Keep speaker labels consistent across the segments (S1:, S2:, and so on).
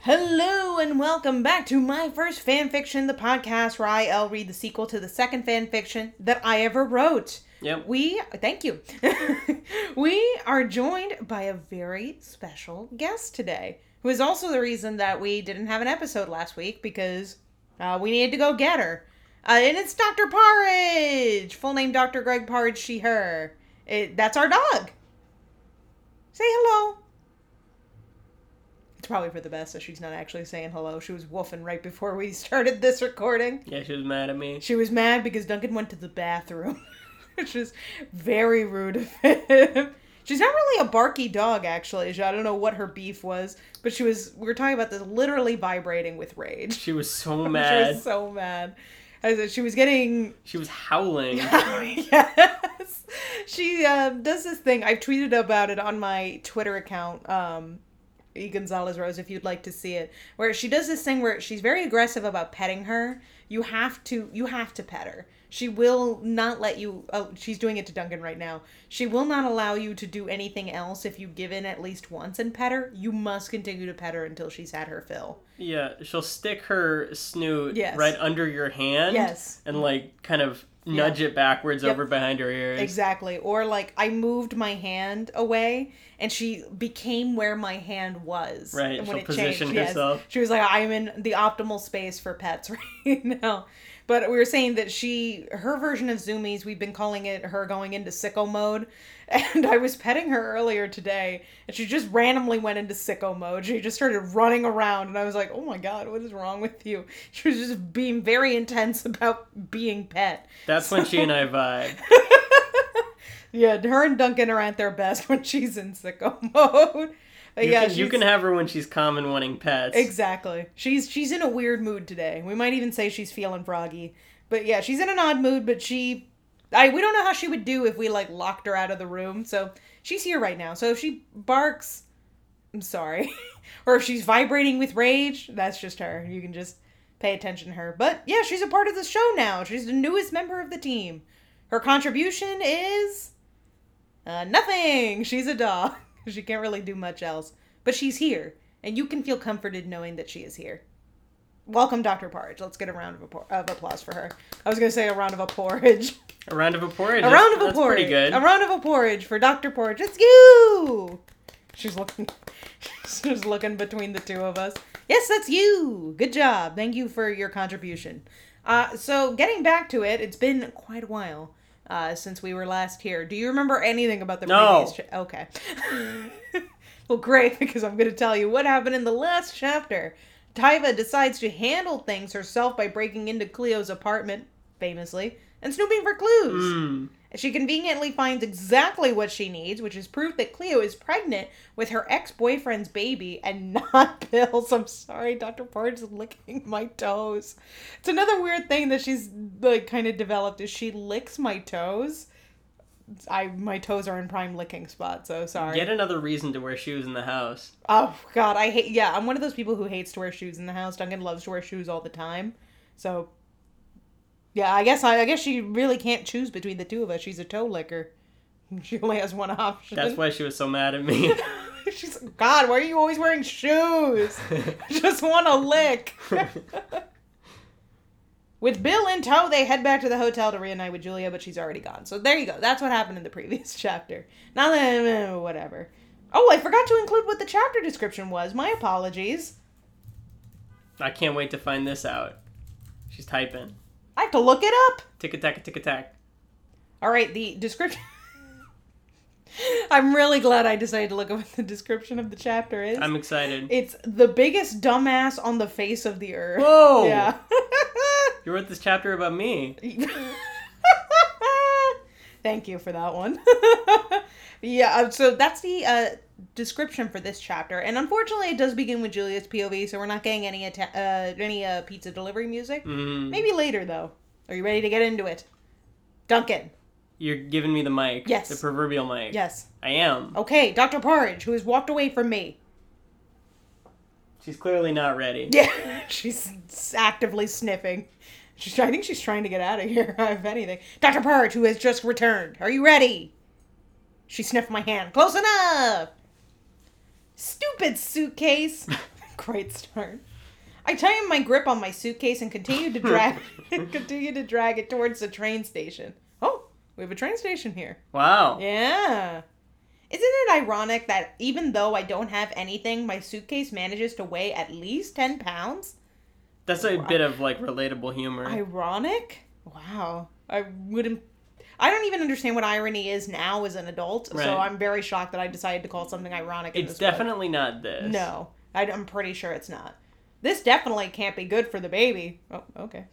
S1: Hello and welcome back to my first fanfiction, the podcast where I'll read the sequel to the second fanfiction that I ever wrote.
S2: Yep.
S1: We thank you. we are joined by a very special guest today, who is also the reason that we didn't have an episode last week because uh, we needed to go get her. Uh, and it's Dr. Porridge, full name Dr. Greg Porridge, she, her. It, that's our dog. Say hello. It's probably for the best that she's not actually saying hello. She was woofing right before we started this recording.
S2: Yeah, she was mad at me.
S1: She was mad because Duncan went to the bathroom, which is very rude of him. She's not really a barky dog, actually. She- I don't know what her beef was, but she was. We were talking about this, literally vibrating with rage.
S2: She was so
S1: She
S2: mad.
S1: was so mad. I said she was getting.
S2: She was howling.
S1: yes, she uh, does this thing. I've tweeted about it on my Twitter account. Um, E. Gonzalez Rose, if you'd like to see it, where she does this thing where she's very aggressive about petting her. You have to, you have to pet her. She will not let you. Oh, she's doing it to Duncan right now. She will not allow you to do anything else if you give in at least once and pet her. You must continue to pet her until she's had her fill.
S2: Yeah, she'll stick her snoot
S1: Yes.
S2: right under your hand.
S1: Yes.
S2: And like kind of nudge it backwards
S1: Yep.
S2: over behind her ears.
S1: Exactly. Or like I moved my hand away and she became where my hand was.
S2: Right,
S1: And
S2: she'll position herself.
S1: She was like, I'm in the optimal space for pets right now. But we were saying that she, her version of Zoomies, we've been calling it her going into sicko mode. And I was petting her earlier today and she just randomly went into sicko mode. She just started running around and I was like, oh my God, what is wrong with you? She was just being very intense about being pet.
S2: That's when she and I vibe.
S1: Yeah, her and Duncan are at their best when she's in sicko mode. But
S2: You,
S1: yeah,
S2: can, you
S1: she's-
S2: can have her when she's calm and wanting pets.
S1: exactly. She's she's in a weird mood today. We might even say she's feeling froggy. But yeah, she's in an odd mood. But she, I we don't know how she would do if we like locked her out of the room. So she's here right now. So if she barks, I'm sorry, or if she's vibrating with rage, that's just her. You can just pay attention to her. But yeah, she's a part of the show now. She's the newest member of the team. Her contribution is uh, nothing. She's a dog. She can't really do much else. But she's here, and you can feel comforted knowing that she is here. Welcome, Dr. Porridge. Let's get a round of, appor- of applause for her. I was going to say a round of a porridge.
S2: A round of porridge.
S1: A round of a
S2: That's
S1: porridge.
S2: pretty good.
S1: A round of a porridge for Dr. Porridge. It's you! She's looking. She's looking between the two of us. Yes, that's you. Good job. Thank you for your contribution. Uh, so getting back to it, it's been quite a while uh, since we were last here. Do you remember anything about the
S2: No.
S1: previous? Cha- okay. well, great because I'm going to tell you what happened in the last chapter. Tyva decides to handle things herself by breaking into Cleo's apartment, famously, and snooping for clues.
S2: Mm.
S1: She conveniently finds exactly what she needs, which is proof that Cleo is pregnant with her ex boyfriend's baby and not Bill's. I'm sorry, Dr. Porridge is licking my toes. It's another weird thing that she's like kind of developed is she licks my toes. I my toes are in prime licking spot, so sorry.
S2: Yet another reason to wear shoes in the house.
S1: Oh God, I hate. Yeah, I'm one of those people who hates to wear shoes in the house. Duncan loves to wear shoes all the time, so yeah, I guess I, I guess she really can't choose between the two of us. She's a toe licker. She only has one option.
S2: That's why she was so mad at me.
S1: She's God. Why are you always wearing shoes? I just want to lick. With Bill in tow, they head back to the hotel to reunite with Julia, but she's already gone. So there you go. That's what happened in the previous chapter. Now that eh, whatever. Oh, I forgot to include what the chapter description was. My apologies.
S2: I can't wait to find this out. She's typing.
S1: I have to look it up.
S2: Tick attack, tick attack.
S1: All right, the description. I'm really glad I decided to look up what the description of the chapter is.
S2: I'm excited.
S1: It's the biggest dumbass on the face of the earth.
S2: Whoa!
S1: Yeah.
S2: You wrote this chapter about me.
S1: Thank you for that one. yeah, uh, so that's the uh, description for this chapter, and unfortunately, it does begin with Julia's POV, so we're not getting any atta- uh, any uh, pizza delivery music.
S2: Mm.
S1: Maybe later, though. Are you ready to get into it, Duncan?
S2: You're giving me the mic.
S1: Yes.
S2: The proverbial mic.
S1: Yes. Oh.
S2: I am.
S1: Okay, Doctor Porridge, who has walked away from me.
S2: She's clearly not ready.
S1: Yeah, she's actively sniffing. She's, I think she's trying to get out of here, if anything. Dr. Purge, who has just returned, are you ready? She sniffed my hand. Close enough! Stupid suitcase! great start. I tightened my grip on my suitcase and continued to drag continued to drag it towards the train station. Oh, we have a train station here.
S2: Wow.
S1: Yeah. Isn't it ironic that even though I don't have anything, my suitcase manages to weigh at least 10 pounds?
S2: That's a bit of like relatable humor.
S1: Ironic? Wow. I wouldn't. I don't even understand what irony is now as an adult,
S2: Right.
S1: so I'm very shocked that I decided to call something ironic. in
S2: it's
S1: this book.
S2: definitely not this.
S1: No, I, am pretty sure it's not. This definitely can't be good for the baby. Oh, okay.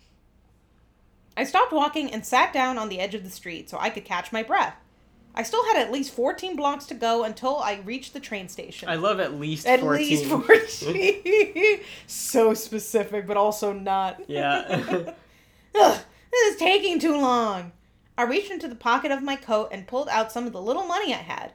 S1: I stopped walking and sat down on the edge of the street so I could catch my breath. I still had at least 14 blocks to go until I reached the train station.
S2: I love at least
S1: at
S2: 14.
S1: least 14. so specific, but also not.
S2: yeah.
S1: Ugh, this is taking too long. I reached into the pocket of my coat and pulled out some of the little money I had.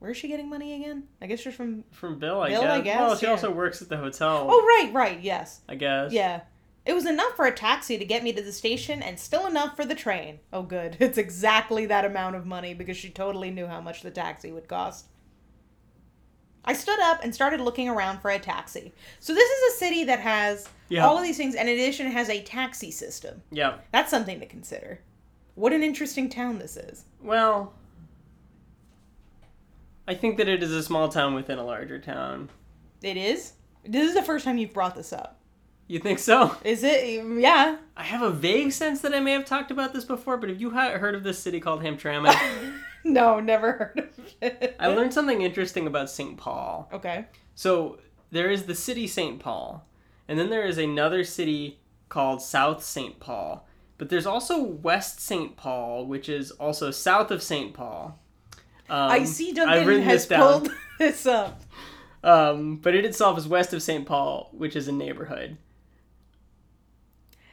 S1: Where is she getting money again? I guess she's from.
S2: From Bill, I
S1: Bill,
S2: guess.
S1: I guess,
S2: Well, she
S1: yeah.
S2: also works at the hotel,
S1: Oh, right, right, yes.
S2: I guess.
S1: Yeah. It was enough for a taxi to get me to the station and still enough for the train. Oh, good. It's exactly that amount of money because she totally knew how much the taxi would cost. I stood up and started looking around for a taxi. So, this is a city that has
S2: Yeah.
S1: all of these things, and in addition, it has a taxi system.
S2: Yeah.
S1: That's something to consider. What an interesting town this is.
S2: Well, I think that it is a small town within a larger town.
S1: It is? This is the first time you've brought this up.
S2: You think so?
S1: Is it? Yeah.
S2: I have a vague sense that I may have talked about this before, but have you ha- heard of this city called Hamtramck?
S1: No, never heard of it.
S2: I learned something interesting about St. Paul.
S1: Okay.
S2: So there is the city St. Paul, and then there is another city called South St. Paul. But there's also West St. Paul, which is also south of St. Paul. Um,
S1: I see
S2: I've
S1: Duncan
S2: written
S1: has
S2: this down.
S1: pulled this up.
S2: Um, but it itself is west of St. Paul, which is a neighborhood.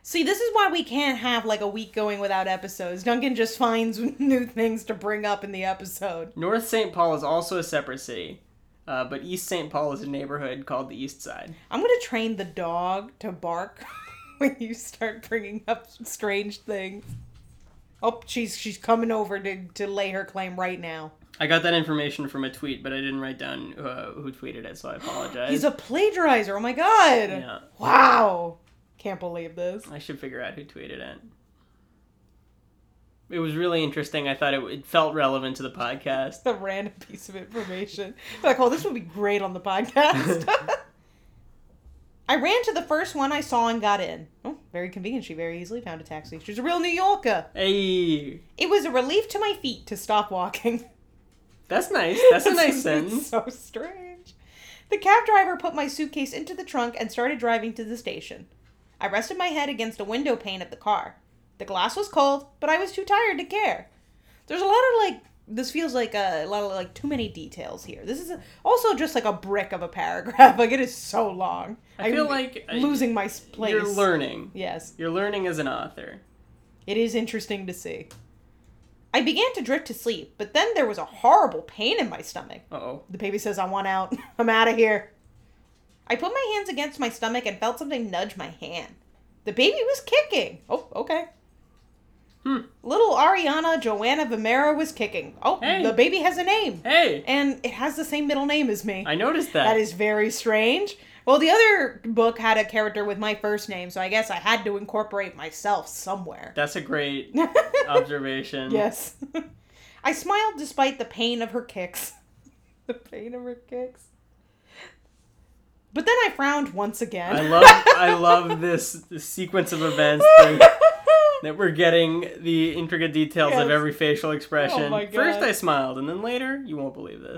S1: See, this is why we can't have like a week going without episodes. Duncan just finds new things to bring up in the episode.
S2: North St. Paul is also a separate city, uh, but East St. Paul is a neighborhood called the East Side.
S1: I'm gonna train the dog to bark when you start bringing up strange things. Oh, she's she's coming over to to lay her claim right now.
S2: I got that information from a tweet, but I didn't write down uh, who tweeted it, so I apologize.
S1: He's a plagiarizer. Oh my god!
S2: yeah,
S1: Wow! Can't believe this.
S2: I should figure out who tweeted it. It was really interesting. I thought it, it felt relevant to the podcast.
S1: It's a random piece of information. Like, oh, this would be great on the podcast. I ran to the first one I saw and got in. Oh, very convenient. She very easily found a taxi. She's a real New Yorker.
S2: Hey,
S1: It was a relief to my feet to stop walking.
S2: that's nice. That's a nice sentence.
S1: so strange. The cab driver put my suitcase into the trunk and started driving to the station. I rested my head against a window pane of the car. The glass was cold, but I was too tired to care. There's a lot of like this feels like a, a lot of like too many details here. This is a, also just like a brick of a paragraph. Like it is so long.
S2: I feel like I-
S1: losing my s- place.
S2: You're learning.
S1: Yes.
S2: You're learning as an author.
S1: It is interesting to see. I began to drift to sleep, but then there was a horrible pain in my stomach.
S2: Uh oh.
S1: The baby says, I want out. I'm out of here. I put my hands against my stomach and felt something nudge my hand. The baby was kicking. Oh, okay.
S2: Hmm.
S1: Little Ariana Joanna Vimera was kicking. Oh,
S2: Hey.
S1: the baby has a name.
S2: Hey,
S1: And it has the same middle name as me.
S2: I noticed that.
S1: That is very strange. Well, the other book had a character with my first name, so I guess I had to incorporate myself somewhere.
S2: That's a great observation.
S1: Yes. I smiled despite the pain of her kicks. the pain of her kicks. But then I frowned once again.
S2: I love I love this, this sequence of events that, that we're getting the intricate details
S1: Yes.
S2: of every facial expression.
S1: Oh my God.
S2: First I smiled and then later you won't believe this.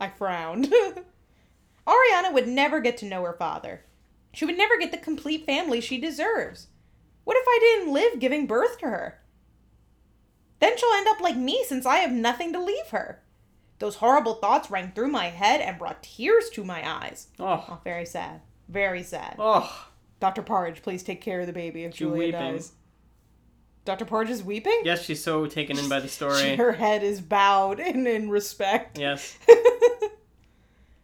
S1: I frowned. Ariana would never get to know her father. She would never get the complete family she deserves. What if I didn't live giving birth to her? Then she'll end up like me since I have nothing to leave her. Those horrible thoughts rang through my head and brought tears to my eyes.
S2: Oh,
S1: Oh, very sad. Very sad.
S2: oh,
S1: Dr. Parge, please take care of the baby if
S2: she
S1: Julia
S2: weeping.
S1: dies. Dr. Parge is weeping?
S2: Yes, she's so taken in by the
S1: She-
S2: story.
S1: her head is bowed in, in respect.
S2: Yes.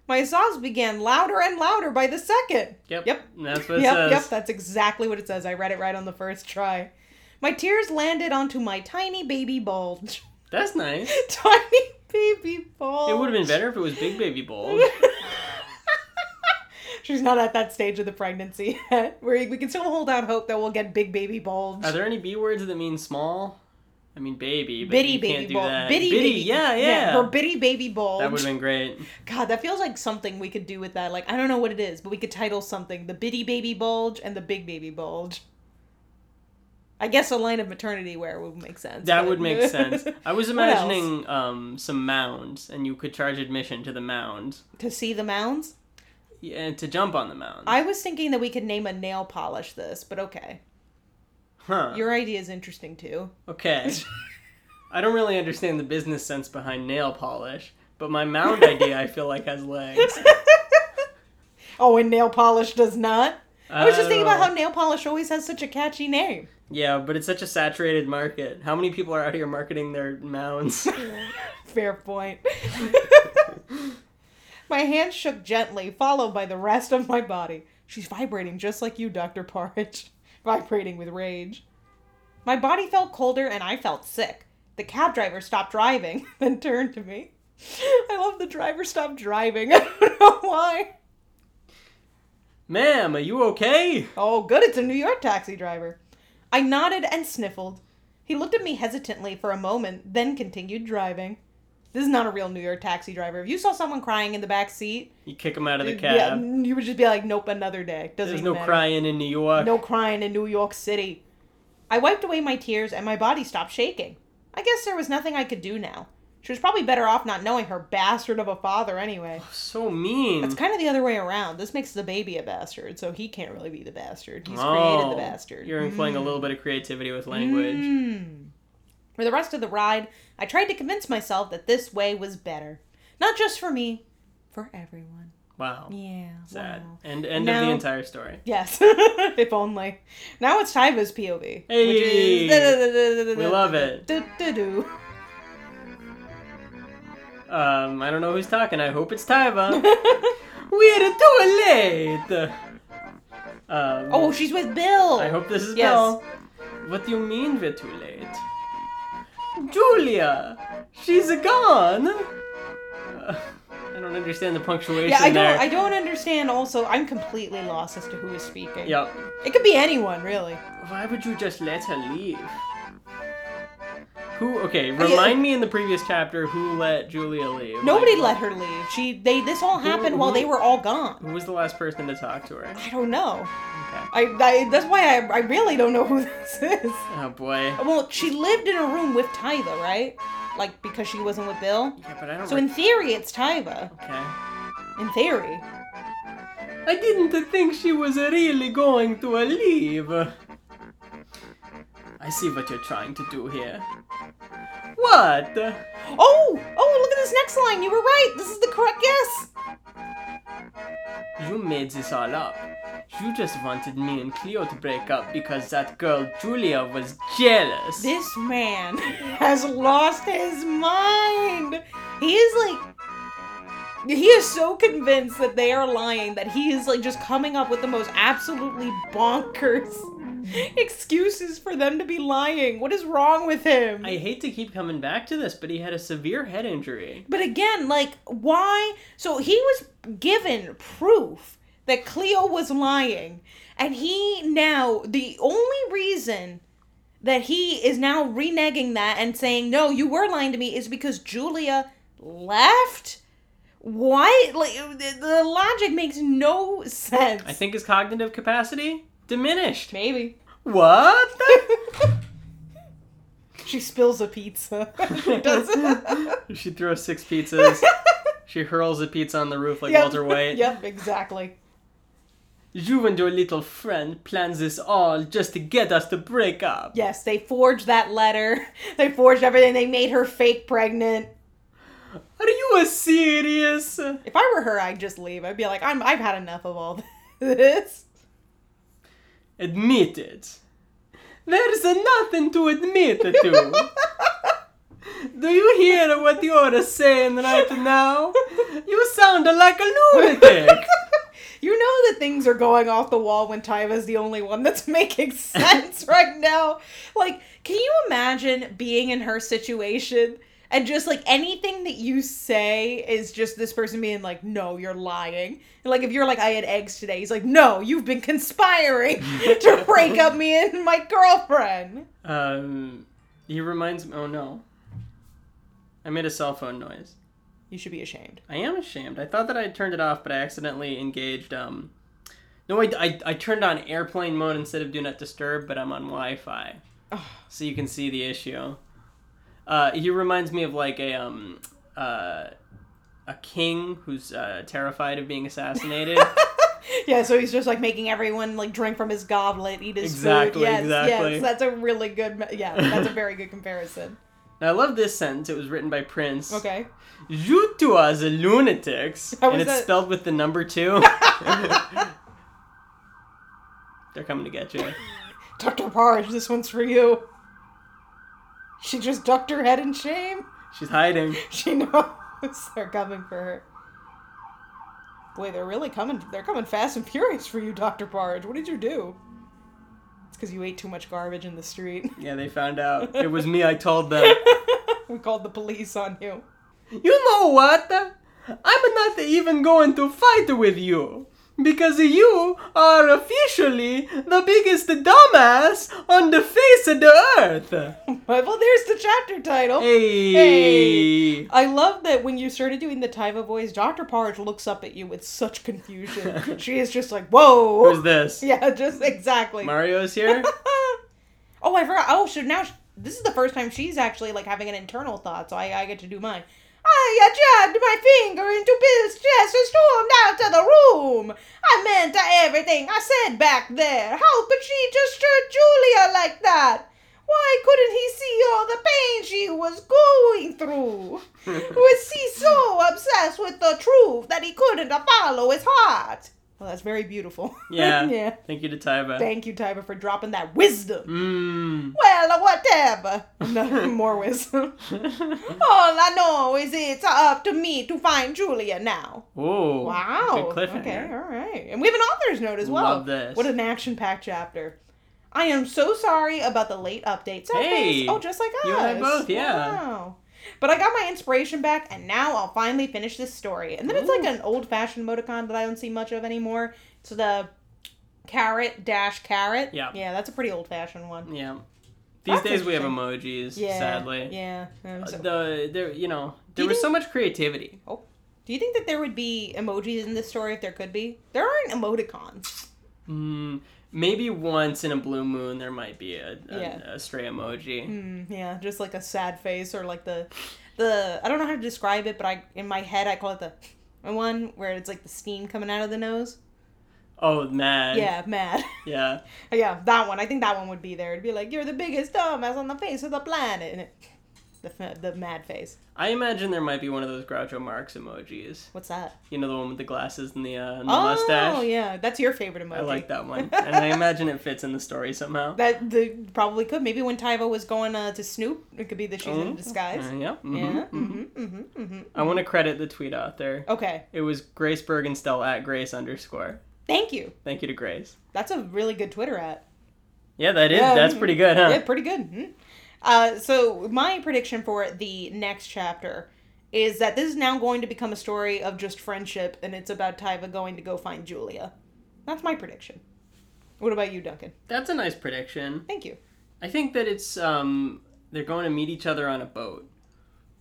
S1: My sobs began louder and louder by the second.
S2: Yep.
S1: Yep.
S2: And that's what it
S1: yep,
S2: says.
S1: yep, that's exactly what it says. I read it right on the first try. My tears landed onto my tiny baby bulge.
S2: That's nice.
S1: tiny baby bulge.
S2: It would have been better if it was Big Baby Bold.
S1: She's not at that stage of the pregnancy yet, where we can still hold out hope that we'll get big baby bulge.
S2: Are there any B words that mean small? I mean baby, but
S1: bitty
S2: you can't
S1: baby
S2: do
S1: bulge.
S2: that.
S1: Bitty, baby.
S2: yeah, yeah.
S1: Her bitty baby bulge.
S2: that would have been great.
S1: God, that feels like something we could do with that. Like I don't know what it is, but we could title something the bitty baby bulge and the big baby bulge. I guess a line of maternity wear would make sense.
S2: That
S1: but-
S2: would make sense. I was
S1: What else?
S2: imagining um, some mounds, and you could charge admission to the mound
S1: to see the mounds.
S2: yeah, and to jump on the mound.
S1: I was thinking that we could name a nail polish this, but okay.
S2: huh.
S1: Your idea is interesting too.
S2: Okay. I don't really understand the business sense behind nail polish, but my mound idea I feel like has legs.
S1: oh, and nail polish does not. I was just thinking
S2: don't
S1: about how
S2: know.
S1: nail polish always has such a catchy name.
S2: Yeah, but it's such a saturated market. How many people are out here marketing their mounds?
S1: Fair point. my hand shook gently, followed by the rest of my body. She's vibrating just like you, Dr. Parridge, vibrating with rage. My body felt colder and I felt sick. The cab driver stopped driving, then turned to me. I love the driver stopped driving. I don't know why.
S2: Ma'am, are you okay?
S1: Oh, good, it's a New York taxi driver. I nodded and sniffled. He looked at me hesitantly for a moment, then continued driving. This is not a real New York taxi driver. If you saw someone crying in the back seat,
S2: You kick him out of the
S1: you'd be-
S2: cab.
S1: you would just be like, "Nope, another day." Doesn't
S2: There's
S1: even
S2: no
S1: matter.
S2: crying in New York.
S1: No crying in New York City. I wiped away my tears and my body stopped shaking. I guess there was nothing I could do now. She was probably better off not knowing her bastard of a father anyway.
S2: So mean.
S1: It's kind of the other way around. This makes the baby a bastard, so he can't really be the bastard. He's created
S2: Oh,
S1: the bastard.
S2: You're employing a little bit of creativity with language.
S1: Mm. For the rest of the ride, I tried to convince myself that this way was better. Not just for me, for everyone.
S2: Wow.
S1: Yeah.
S2: Sad.
S1: wow.
S2: And end of
S1: Now-
S2: the entire story.
S1: Yes, if only. Now it's Tyva's POV.
S2: Hey! We love it.
S1: Du-du-du.
S2: Um, I don't know who's talking. I hope it's Taiva. We're too late. Um,
S1: Oh, she's with Bill.
S2: I hope this is
S1: Yes.
S2: Belle. What do you mean we're too late? Julia, she's gone. Uh, I don't understand the punctuation
S1: Yeah, I don't.
S2: there.
S1: I don't understand. Also, I'm completely lost as to who is speaking.
S2: Yep.
S1: It could be anyone, really.
S2: Why would you just let her leave? Who? Okay, remind me in the previous chapter who let Julia leave.
S1: Nobody
S2: Like,
S1: let her leave. She. They. This all happened while
S2: who-
S1: they were all gone.
S2: Who was the last person to talk to her?
S1: I don't know.
S2: Okay.
S1: I, I that's why I, I really don't know who this is.
S2: Oh boy.
S1: Well, she lived in a room with Tyva, right? Like because she wasn't with Bill.
S2: Yeah, but I don't.
S1: So in theory, it's Tyva.
S2: rec- okay.
S1: In theory.
S2: I didn't think she was really going to leave. I see what you're trying to do here. What?
S1: Oh, oh, look at this next line. You were right. This is the correct guess.
S2: You made this all up. You just wanted me and Cleo to break up because that girl Julia was jealous.
S1: This man has lost his mind. He is like. He is so convinced that they are lying that he is like just coming up with the most absolutely bonkers excuses for them to be lying. What is wrong with him?
S2: I hate to keep coming back to this, but he had a severe head injury.
S1: But again, like, why? So he was given proof that Cleo was lying. And he now, the only reason that he is now reneging that and saying, no, you were lying to me is because Julia left? Why? Like, the, the logic makes no sense.
S2: I think his cognitive capacity diminished.
S1: Maybe.
S2: What?
S1: she spills a pizza. she does
S2: she throws six pizzas. She hurls a pizza on the roof like
S1: Yep.
S2: Walter White.
S1: Yep, exactly.
S2: You and your little friend plans this all just to get us to break up.
S1: Yes, they forged that letter. They forged everything. They made her fake pregnant.
S2: Are you serious?
S1: If I were her, I'd just leave. I'd be like, I'm, I've had enough of all this.
S2: Admit it. There's nothing to admit to. Do you hear what you're saying right now? You sound like a lunatic.
S1: You know that things are going off the wall when Tyva's the only one that's making sense right now. Like, can you imagine being in her situation and just like anything that you say is just this person being like, "No, you're lying." And, like if you're like, "I had eggs today," he's like, "No, you've been conspiring to break up me and my girlfriend."
S2: Um, he reminds me. Oh no, I made a cell phone noise.
S1: You should be ashamed.
S2: I am ashamed. I thought that I had turned it off, but I accidentally engaged. Um, no, I, I, I turned on airplane mode instead of do not disturb, but I'm on Wi-Fi,
S1: Ugh.
S2: so you can see the issue. Uh, he reminds me of like a um uh, a king who's uh, terrified of being assassinated.
S1: Yeah, so he's just like making everyone like drink from his goblet, eat his
S2: Exactly,
S1: food. Yes,
S2: exactly.
S1: yes, that's a really good. me- Yeah, that's a very good comparison.
S2: now, I love this sentence. It was written by Prince.
S1: Okay.
S2: You two are the lunatics,
S1: How
S2: and
S1: was
S2: it's
S1: that-
S2: spelled with the number two. They're coming to get you.
S1: Dr. Parge, this one's for you. She just ducked her head in shame.
S2: She's hiding.
S1: She knows they're coming for her. Boy, they're really coming. They're coming fast and furious for you, Dr. Parge. What did you do? It's because you ate too much garbage in the street.
S2: Yeah, they found out. It was me. I told them.
S1: we called the police on you.
S2: You know what? I'm not even going to fight with you. Because you are officially the biggest dumbass on the face of the earth.
S1: Well, there's the chapter title.
S2: Hey.
S1: I love that when you started doing the Taiva voice, Dr. Parge looks up at you with such confusion. she is just like, whoa.
S2: Who's this?
S1: Yeah, just exactly.
S2: Mario's here?
S1: oh, I forgot. Oh, so now sh this is the first time she's actually like having an internal thought, so I, I get to do mine. I jammed my finger into Bill's chest and stormed out of the room. I meant everything I said back there. How could she just treat Julia like that? Why couldn't he see all the pain she was going through? Was he so obsessed with the truth that he couldn't follow his heart? Well, that's very beautiful.
S2: Yeah.
S1: yeah.
S2: Thank you to Taiba.
S1: Thank you, Tiber, for dropping that wisdom.
S2: Mmm.
S1: Well, whatever. No, more wisdom. All I know is it's up to me to find Julia now.
S2: Oh.
S1: Wow.
S2: Good cliffhanger.
S1: Okay, all right. And we have an author's note as well.
S2: Love this.
S1: What an action-packed chapter. I am so sorry about the late update. So
S2: Hey,
S1: thanks. Oh, just like us.
S2: you and I both, yeah.
S1: Wow. But I got my inspiration back, and now I'll finally finish this story. And then it's like an old-fashioned emoticon that I don't see much of anymore. It's the carrot dash carrot.
S2: Yeah.
S1: Yeah, that's a pretty old-fashioned one.
S2: Yeah. These
S1: That's
S2: days we have
S1: interesting.
S2: emojis,
S1: Yeah.
S2: sadly. Uh,
S1: Yeah. Um, so-
S2: The there you know, there
S1: you
S2: was
S1: think-
S2: so much creativity.
S1: do you think that there would be emojis in this story if there could be? There aren't emoticons.
S2: Mm, maybe once in a blue moon there might be a, a,
S1: Yeah.
S2: a stray emoji.
S1: Mm, yeah, just like a sad face or like the the I don't know how to describe it, but I in my head I call it the one where it's like the steam coming out of the nose.
S2: Oh man.
S1: Yeah, mad.
S2: Yeah.
S1: yeah, that one. I think that one would be there. It'd be like you're the biggest dumbass on the face of the planet, and it, the fa- the mad face.
S2: I imagine there might be one of those Groucho Marx emojis.
S1: What's that?
S2: You know the one with the glasses and the, uh, and the
S1: oh,
S2: mustache.
S1: yeah, that's your favorite emoji.
S2: I like that one, and I imagine it fits in the story somehow.
S1: That the probably could maybe when Tyvo was going uh, to Snoop, it could be that she's in
S2: Mhm.
S1: disguise.
S2: Uh, yeah. hmm
S1: Yeah. Oh. hmm hmm hmm
S2: I want to credit the tweet author.
S1: Okay.
S2: It was Grace Bergenstell at Grace underscore.
S1: Thank you.
S2: Thank you to Grace.
S1: That's a really good Twitter at.
S2: Yeah, that is.
S1: Yeah,
S2: that's
S1: mhm.
S2: pretty good, huh?
S1: Yeah, pretty good. Mhm. Uh, so my prediction for the next chapter is that this is now going to become a story of just friendship, and it's about Tyva going to go find Julia. That's my prediction. What about you, Duncan?
S2: That's a nice prediction.
S1: Thank you.
S2: I think that it's um they're going to meet each other on a boat.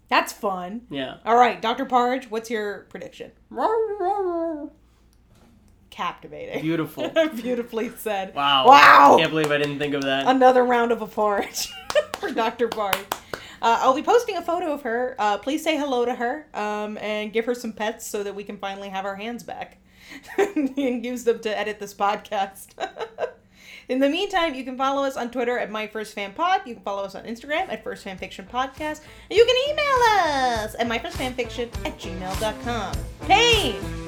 S1: That's fun.
S2: Yeah.
S1: All right, Dr. Parge, what's your prediction? Captivating.
S2: Beautiful.
S1: Beautifully said.
S2: Wow.
S1: Wow.
S2: Can't believe I didn't think of that.
S1: another round of applause for Dr. Bard. Uh, I'll be posting a photo of her. Uh, please say hello to her um, and give her some pets so that we can finally have our hands back and use them to edit this podcast. In the meantime, you can follow us on Twitter at My First Fan Pod. You can follow us on Instagram at First Fan Fiction Podcast. And you can email us at MyFirstFanFiction at gmail.com. Pain!